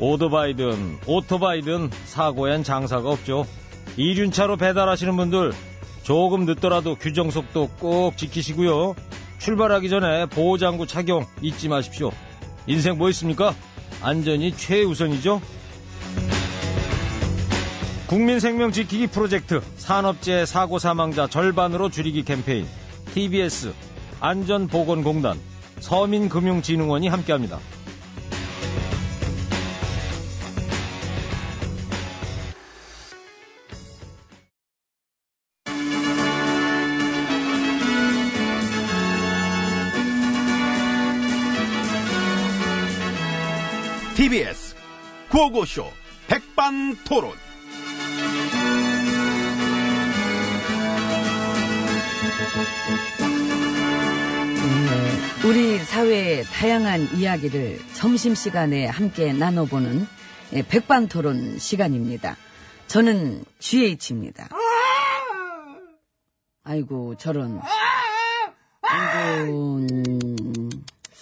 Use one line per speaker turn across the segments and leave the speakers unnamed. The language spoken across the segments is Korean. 오토바이든 오토바이든 사고엔 장사가 없죠. 이륜차로 배달하시는 분들 조금 늦더라도 규정 속도 꼭 지키시고요. 출발하기 전에 보호장구 착용 잊지 마십시오. 인생 뭐 있습니까? 안전이 최우선이죠. 국민 생명 지키기 프로젝트 산업재해 사고 사망자 절반으로 줄이기 캠페인 TBS 안전보건공단 서민금융진흥원이 함께합니다.
TBS 구호고쇼 백반토론.
우리 사회의 다양한 이야기를 점심시간에 함께 나눠보는 예, 백반토론 시간입니다. 저는 GH입니다. 아이고 저런. 아이고 음,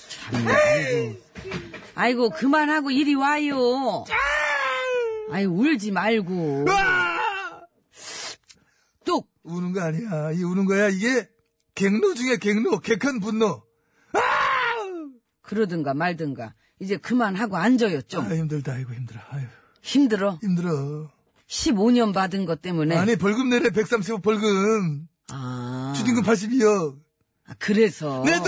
참, 아이고. 아이고 그만하고 이리 와요. 아이 울지 말고. 뚝
우는 거 아니야. 이 우는 거야. 이게 갱노 중에 갱노, 객한 분노.
그러든가 말든가 이제 그만하고 앉아요
아,
좀.
힘들다. 아이고 힘들어. 아유
힘들어.
힘들어.
15년 받은 것 때문에.
아니 벌금 내래 135 벌금.
아.
추징금 82억.
아, 그래서
내 돈.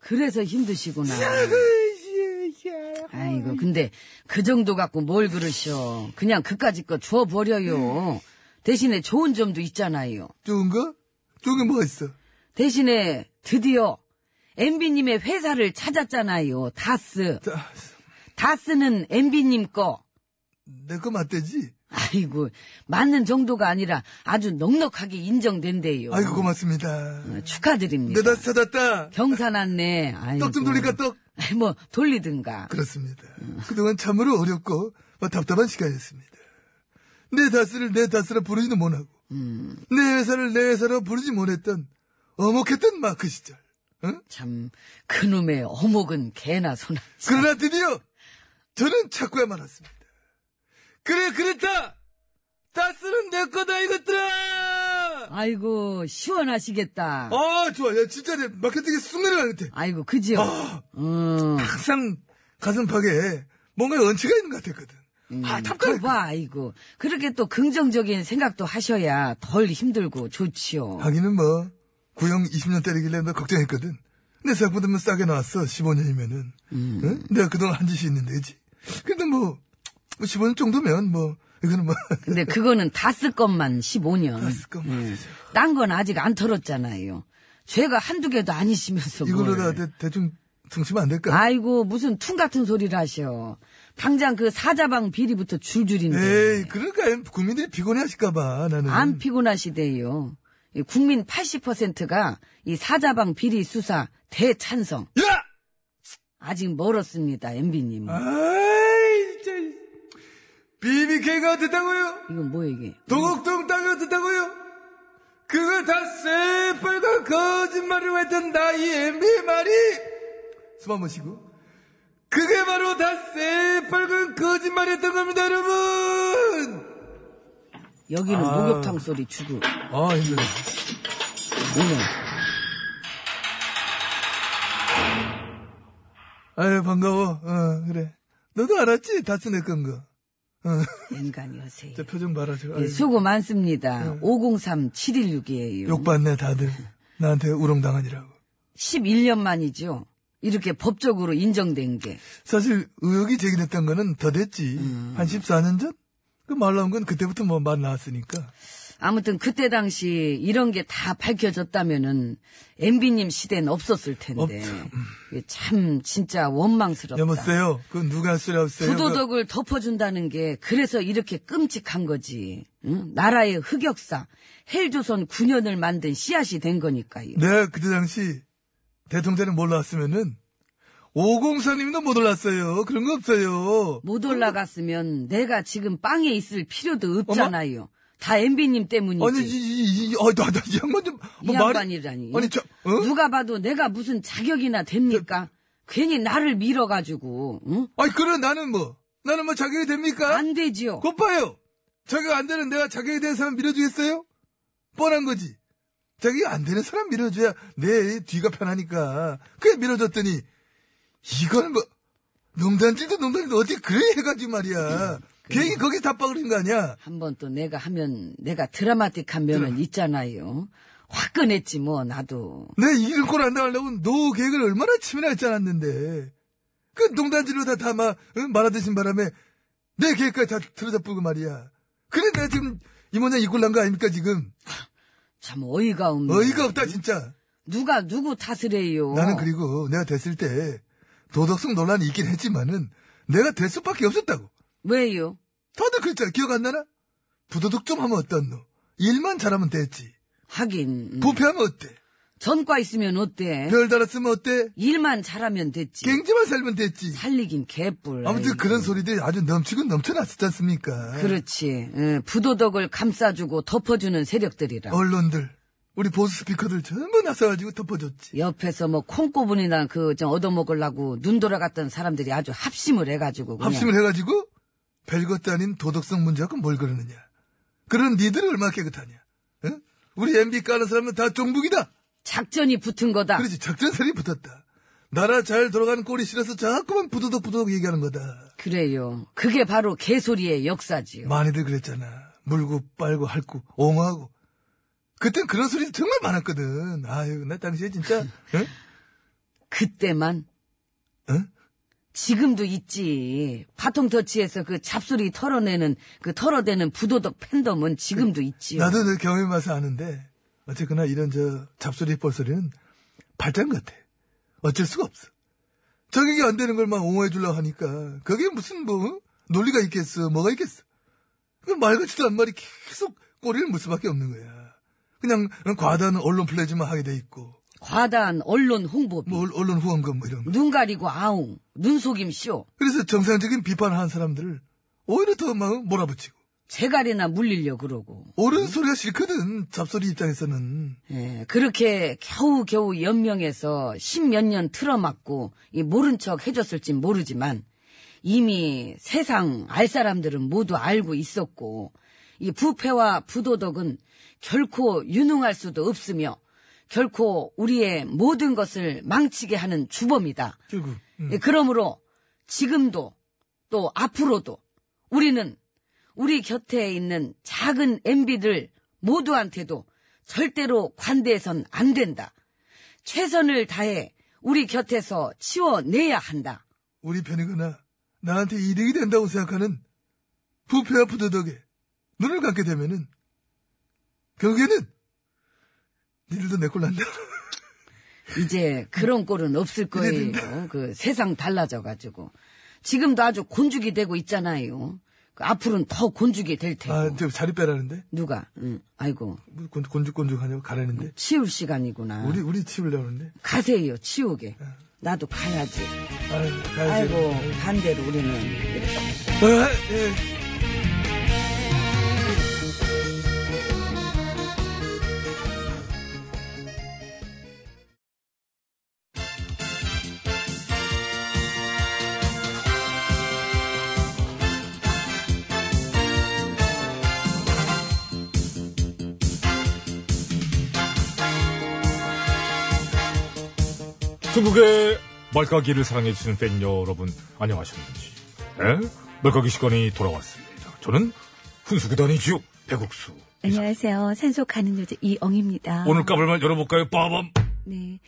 그래서 힘드시구나.
으이씨, 야.
아이고 근데 그 정도 갖고 뭘 그러셔. 그냥 그까짓 거 줘 버려요. 대신에 좋은 점도 있잖아요.
좋은 거? 좋은 게 뭐가 있어?
대신에 드디어 MB님의 회사를 찾았잖아요. 다스.
자,
다스는 MB님 거.
내거 맞대지?
아이고 맞는 정도가 아니라 아주 넉넉하게 인정된대요.
아이고 네, 고맙습니다.
네. 축하드립니다.
내다 찾았다.
경사났네. 아이고.
떡 좀 돌릴까 떡?
뭐 돌리든가.
그렇습니다. 그동안 참으로 어렵고 뭐 답답한 시간이었습니다. 내 다스를 내 다스라 부르지도 못하고 내 회사를 내 회사로 부르지 못했던 어목했던 마크 시절. 응?
참 그놈의 어목은 개나 소나.
그러나 드디어 저는 찾고야 말았습니다. 그래 그랬다. 다스는 내 거다 이것들아.
아이고 시원하시겠다.
아 좋아 야 진짜 내 마케팅에 쑥 내려가 같아.
아이고 그지요.
아,
음.
항상 가슴팍에 뭔가 연치가 있는 것 같았거든. 아 답답해.
봐 아이고 그렇게 또 긍정적인 생각도 하셔야 덜 힘들고 좋지요.
하기는 뭐 구형 20년 때리길래 나 걱정했거든. 근데 생각보다 뭐 싸게 나왔어 15년이면은.
음.
내가 그동안 한 짓이 있는 데지. 근데 뭐, 뭐 15년 정도면 뭐 이거는 뭐
근데 그거는 다 쓸 것만 15년.
다쓸
예.
것만.
딴 건 아직 안 털었잖아요. 죄가 한두 개도 아니시면서
이걸로
뭘.
다 대, 대충 퉁치면 안 될까?
아이고 무슨 퉁 같은 소리를 하셔. 당장 그 사자방 비리부터 줄줄인데
에이 그러니까 국민들이 피곤해하실까봐 나는.
네. 안 피곤하시대요. 이 국민 80%가 이 사자방 비리 수사 대찬성.
야!
아직 멀었습니다, 엠비님.
아. 아이 진짜 BBK가 어떻다고요?
이건 뭐야 이게?
도곡동 땅이 어떻다고요? 그걸 다 새빨간 거짓말을 했던 나이 MB의 말이 숨 한번 쉬고 그게 바로 다 새빨간 거짓말이었던 겁니다 여러분
여기는 목욕탕 소리 주고
아 힘들어
오늘
아유 반가워 어 그래 너도 알았지? 다스 내 건 거. 어.
인간 여세요.
저 표정 봐라, 저.
예,
아이고.
수고 많습니다. 503716이에요.
욕 받네, 다들. 나한테 우롱당하니라고.
11년 만이죠. 이렇게 법적으로 인정된 게.
사실 의혹이 제기됐던 거는 더 됐지. 한 14년 전? 그 말 나온 건 그때부터 뭐 말 나왔으니까.
아무튼 그때 당시 이런 게 다 밝혀졌다면은 MB님 시대는 없었을 텐데. 이게 참 진짜 원망스럽다.
뭐 여보세요? 그건 누가 할 소리 없어요?
부도덕을 덮어준다는 게 그래서 이렇게 끔찍한 거지. 응? 나라의 흑역사, 헬조선 9년을 만든 씨앗이 된 거니까요.
그- 내가 그때 당시 대통령이 몰랐으면은 504님도 못 올랐어요. 그런 거 없어요.
못 올라갔으면 내가 지금 빵에 있을 필요도 없잖아요. 다 MB님 때문이지.
아니, 이, 이, 이, 어, 나, 나, 이 양반 좀,
이
뭐
양반이라니.
아니, 저, 어?
누가 봐도 내가 무슨 자격이나 됩니까? 괜히 나를 밀어가지고, 응?
아니, 그래, 나는 뭐, 나는 뭐 자격이 됩니까?
안
그-
되지요.
곧봐요! 자격 안 되는 내가 자격이 되는 사람 밀어주겠어요? 뻔한 거지. 자격이 안 되는 사람 밀어줘야 내 뒤가 편하니까. 그래, 밀어줬더니, 이건 뭐, 농단질도 농단질도 어떻게 그래 해가지고 말이야. 괜히 거기서 답박으린 거 아니야?
한 번 또 내가 하면, 내가 드라마틱한 면은 있잖아요. 화끈했지, 뭐, 나도.
내 이길 꼴안 당하려고 노 계획을 얼마나 치밀하게 짜놨는데. 그 농단질로 다, 다 막, 응? 말아드신 바람에 내 계획까지 다 들여다보고 말이야. 그래, 내가 지금 이 모양 이꼴 난 거 아닙니까, 지금?
참 어이가 없네.
어이가 없다, 진짜.
누가 누구 탓을 해요.
나는 그리고 내가 됐을 때 도덕성 논란이 있긴 했지만은 내가 될 수밖에 없었다고.
왜요?
다들 그랬잖아. 기억 안 나나? 부도덕 좀 하면 어떻노? 일만 잘하면 됐지.
하긴, 음,
부패하면 그 어때?
전과 있으면 어때?
별 달았으면 어때?
일만 잘하면 됐지.
갱지만 살면 됐지.
살리긴 개뿔.
그 아무튼
아이고.
그런 소리들이 아주 넘치고 넘쳐났었지 않습니까?
그렇지. 예, 부도덕을 감싸주고 덮어주는 세력들이라.
언론들, 우리 보수 스피커들 전부 나서가지고 덮어줬지.
옆에서 뭐 콩고분이나 그좀 얻어먹으려고 눈 돌아갔던 사람들이 아주 합심을 해가지고 그냥
합심을 해가지고 별것도 아닌 도덕성 문제하고 뭘 그러느냐. 그런 니들이 얼마나 깨끗하냐. 응? 우리 MB 까는 사람은 다 종북이다.
작전이 붙은 거다.
그렇지 작전살이 붙었다. 나라 잘 돌아가는 꼴이 싫어서 자꾸만 부도덕 부도덕 얘기하는 거다.
그래. 요 그게 바로 개소리의 역사지요.
많이들 그랬잖아. 물고 빨고 핥고 옹호하고. 그땐 그런 소리 정말 많았거든. 아유 나 당시에 진짜 응?
그때만
응?
지금도 있지. 바통터치에서 그 잡소리 털어내는 그 털어대는 부도덕 팬덤은 지금도 있지요.
나도 늘 경험해봐서 아는데 어쨌거나 이런 저 잡소리 뻘소리는 발전 같아. 어쩔 수가 없어. 저격이 안 되는 걸 막 옹호해주려고 하니까 그게 무슨 뭐 어? 논리가 있겠어 뭐가 있겠어. 그말 같지도 않은 말이 계속 꼬리를 물 수밖에 없는 거야. 그냥 과다한 언론 플레이만 하게 돼 있고
과다한 언론 홍보비.
뭐 언- 언론 후원금 뭐 이런 거.
눈 가리고 아웅, 눈속임 쇼,
그래서 정상적인 비판을 한 사람들을 오히려 더 막 몰아붙이고
제갈이나 물리려 그러고.
옳은 소리가 싫거든 잡소리 입장에서는.
예, 그렇게 겨우겨우 연명해서 십몇 년 틀어막고 이 모른 척 해줬을진 모르지만 이미 세상 알 사람들은 모두 알고 있었고 이 부패와 부도덕은 결코 유능할 수도 없으며 결코 우리의 모든 것을 망치게 하는 주범이다.
결국
예, 그러므로 지금도 또 앞으로도 우리는 우리 곁에 있는 작은 MB들 모두한테도 절대로 관대해선 안 된다. 최선을 다해 우리 곁에서 치워내야 한다.
우리 편이거나 나한테 이득이 된다고 생각하는 부패와 부도덕에 눈을 감게 되면은 결국에는 니들도 내 꼴 난다.
이제 그런 꼴은 없을 거예요. 그 세상 달라져가지고. 지금도 아주 곤죽이 되고 있잖아요. 그 앞으로는 더 곤죽이 될 테고.
아, 저 자리 빼라는데?
누가? 응, 아이고.
뭐 곤- 곤죽곤죽하냐고 가라는데?
치울 시간이구나.
우리, 우리 치우려는데?
가세요, 치우게. 나도 가야지.
아유, 가야지.
아이고, 반대로 우리는 이렇게.
아, 예.
중국의 말까기를 사랑해주시는 팬 여러분, 안녕하셨는지.
네? 물고기 시간이 돌아왔습니다. 저는 훈수구단이지요. 배국수.
안녕하세요. 산속 가는 여자 이엉입니다.
오늘 까불말 열어볼까요? 빠밤.
네.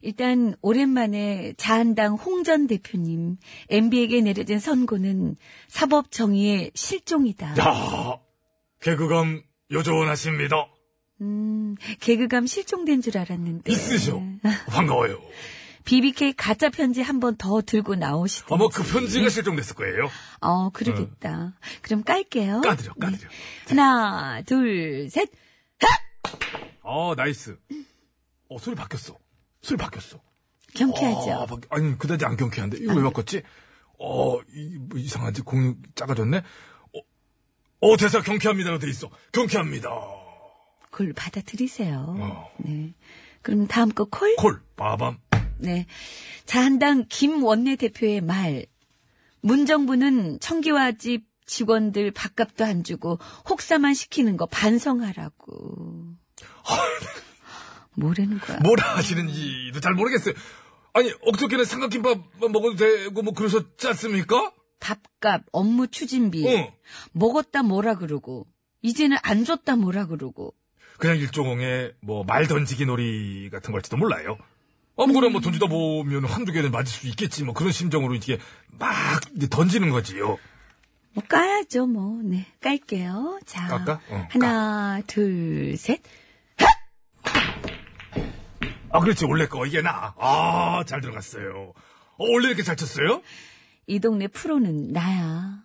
일단 오랜만에 자한당 홍전 대표님 MB에게 내려진 선고는 사법 정의의 실종이다.
야, 개그감 여전하십니다.
음, 개그감 실종된 줄 알았는데.
있으셔.
네.
반가워요.
BBK 가짜 편지 한 번 더 들고 나오시죠.
아마 그 편지가 실종됐을 거예요.
어, 그러겠다. 그럼 깔게요. 네.
까드려, 까드려.
하나, 둘, 셋.
아, 나이스. 어, 소리 바뀌었어. 소리 바뀌었어. 아,
경쾌하죠? 아.
바- 아니, 그다지 안 경쾌한데. 이거 왜 바꿨지? 어, 이, 뭐 이상한지 공이 작아졌네? 어, 어, 대사 경쾌합니다로 돼 있어. 경쾌합니다.
그걸 받아들이세요.
어.
네. 그럼 다음 거 콜?
콜, 빠밤.
네. 자한당 김 원내대표의 말. 문정부는 청기화 집 직원들 밥값도 안 주고 혹사만 시키는 거 반성하라고. 뭐라는 거야?
뭐라 하시는지도 잘 모르겠어요. 아니, 억저께는 삼각김밥만 먹어도 되고 뭐 그러셨지 않습니까?
밥값, 업무 추진비.
응.
먹었다 뭐라 그러고. 이제는 안 줬다 뭐라 그러고.
그냥 일종의 뭐 말 던지기 놀이 같은 걸지도 몰라요. 아무거나 뭐 던지다 보면 한두 개는 맞을 수 있겠지 뭐 그런 심정으로 이게 막 이제 던지는 거지요.
뭐 까야죠, 뭐. 네. 깔게요. 자.
깔까? 어,
하나, 둘, 셋.
아 그렇지 원래 거 이게 나. 아잘 들어갔어요. 어, 원래 이렇게 잘 쳤어요?
이 동네 프로는 나야.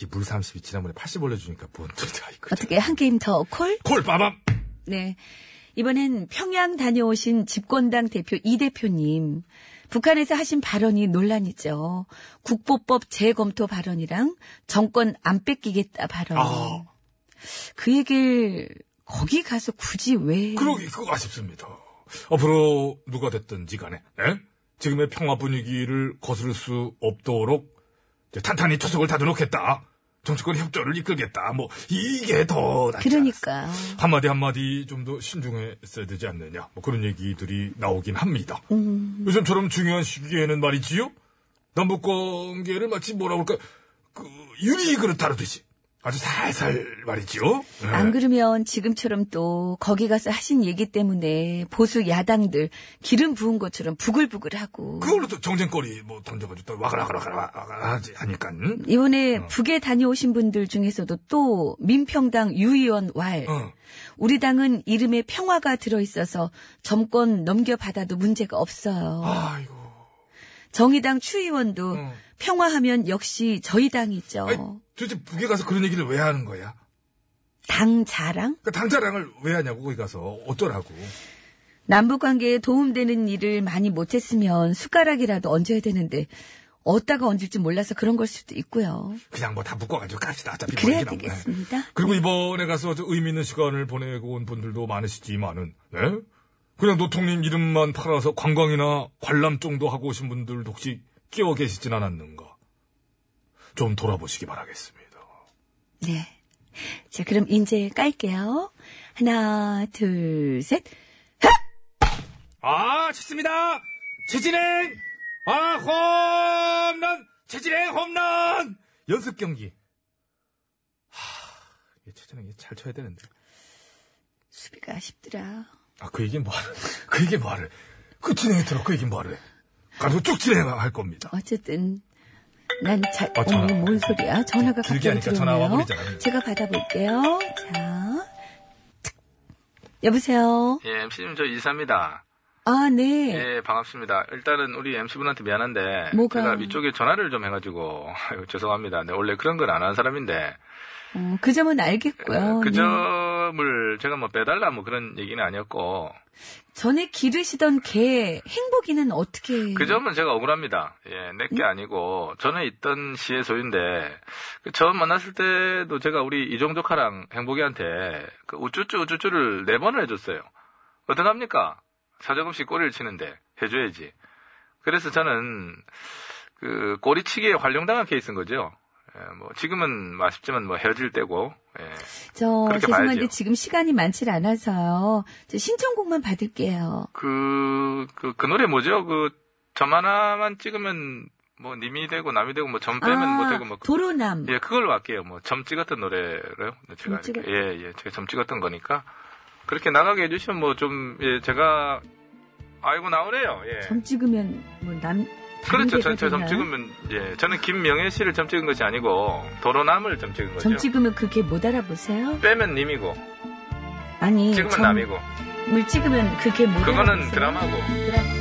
이 물 30이 지난번에 80 올려주니까 뭔 뜻이야 이거.
어떻게 한 게임 더 콜?
콜 빠밤.
네. 이번엔 평양 다녀오신 집권당 대표 이 대표님. 북한에서 하신 발언이 논란이죠. 국보법 재검토 발언이랑 정권 안 뺏기겠다 발언.
아.
그 얘기를 거기 가서 굳이 왜.
그러기 그거 아쉽습니다. 앞으로 누가 됐든지 간에 예? 지금의 평화 분위기를 거스를 수 없도록 이제 탄탄히 초석을 다져놓겠다. 정치권 협조를 이끌겠다. 뭐 이게 더 낫지 않았을까.
그러니까.
한마디 한마디 좀 더 신중했어야 되지 않느냐. 뭐 그런 얘기들이 나오긴 합니다.
음.
요즘처럼 중요한 시기에는 말이지요. 남북관계를 마치 뭐라 그럴까 그 유리 그릇다루듯이 아주 살살 말이지요. 예.
안 그러면 지금처럼 또 거기 가서 하신 얘기 때문에 보수 야당들 기름 부은 것처럼 부글부글하고.
그걸로 또 정쟁거리 뭐 던져가지고 또 와가라가라가라 하지 하니까 응?
이번에
어.
북에 다녀오신 분들 중에서도 또 민평당 유의원 왈.
어.
우리 당은 이름에 평화가 들어있어서 점권 넘겨받아도 문제가 없어요.
아이고
정의당 추의원도
어.
평화하면 역시 저희 당이죠.
아니, 도대체 북에 가서 그런 얘기를 왜 하는 거야?
당 자랑?
그러니까 당자랑을 왜 하냐고 거기 가서 어쩌라고
남북 관계에 도움되는 일을 많이 못했으면 숟가락이라도 얹어야 되는데 어디다가 얹을지 몰라서 그런 걸 수도 있고요.
그냥 뭐 다 묶어가지고 갑시다 어차피 뭐
그래야
얘기 나오네.
되겠습니다.
그리고 이번에 가서 저 의미 있는 시간을 보내고 온 분들도 많으시지만은 네? 그냥 노통님 이름만 팔아서 관광이나 관람 정도 하고 오신 분들도 혹시 끼어 계시진 않았는가 좀 돌아보시기 바라겠습니다
네. 자, 그럼 이제 깔게요. 하나, 둘, 셋.
아, 좋습니다. 최진행! 아, 홈런! 최진행 홈런! 연습 경기. 하, 최진행이 잘 쳐야 되는데.
수비가 그러니까 아쉽더라.
아, 그 얘기는 뭐하래. 그 얘기는 뭐하래. 그 진행이 들어. 그 얘기는 뭐하래. 가지고 쭉 진행할 겁니다.
아, 어쨌든 난 잘.
아, 전화.
어머, 뭔 소리야? 전화가 갑자기
길게 하니까 전화
들어오네요.
와버리잖아요.
제가 받아볼게요. 자, 여보세요.
예, MC님 저 이사입니다.
아, 네.
예, 반갑습니다. 일단은 우리 MC분한테 미안한데
뭐가?
제가 위쪽에 전화를 좀 해가지고 아유, 죄송합니다. 네, 원래 그런 건 안 하는 사람인데
어, 그 점은 알겠고요.
그
네.
점을 제가 뭐 빼달라 뭐 그런 얘기는 아니었고
전에 기르시던 개 행복이는 어떻게?
그 점은 제가 억울합니다. 예, 내게 아니고 전에 있던 시의 소유인데 그 처음 만났을 때도 제가 우리 이종조카랑 행복이한테 그 우쭈쭈 우쭈쭈를 네 번을 해줬어요. 어떡합니까? 사정없이 꼬리를 치는데 해줘야지. 그래서 저는 그 꼬리치기에 활용당한 케이스인 거죠. 예, 뭐 지금은 아쉽지만 뭐 헤어질 때고 예.
저
그렇게
죄송한데
봐야죠.
지금 시간이 많질 않아서요. 저 신청곡만 받을게요.
그, 그, 그 노래 뭐죠? 그, 점 하나만 찍으면 뭐 님이 되고 남이 되고 뭐 점 빼면 뭐
아,
되고 뭐 그-
도로남.
예 그걸로 할게요 뭐 점 찍었던 노래를 제가
점 찍었-
예예 제가 점 찍었던 거니까 그렇게 나가게 해주시면 뭐 좀 예 제가 아이고 나오네요 예
점 찍으면 뭐남
그렇죠 저점 찍으면 예 저는 김명혜 씨를 점 찍은 것이 아니고 도로남을 점 찍은 거죠
점 찍으면 그게 못 알아보세요?
빼면 님이고
아니
찍으면
예, 점
남이고
을 찍으면 그게 못
그거는
알아보세요?
드라마고
드라마.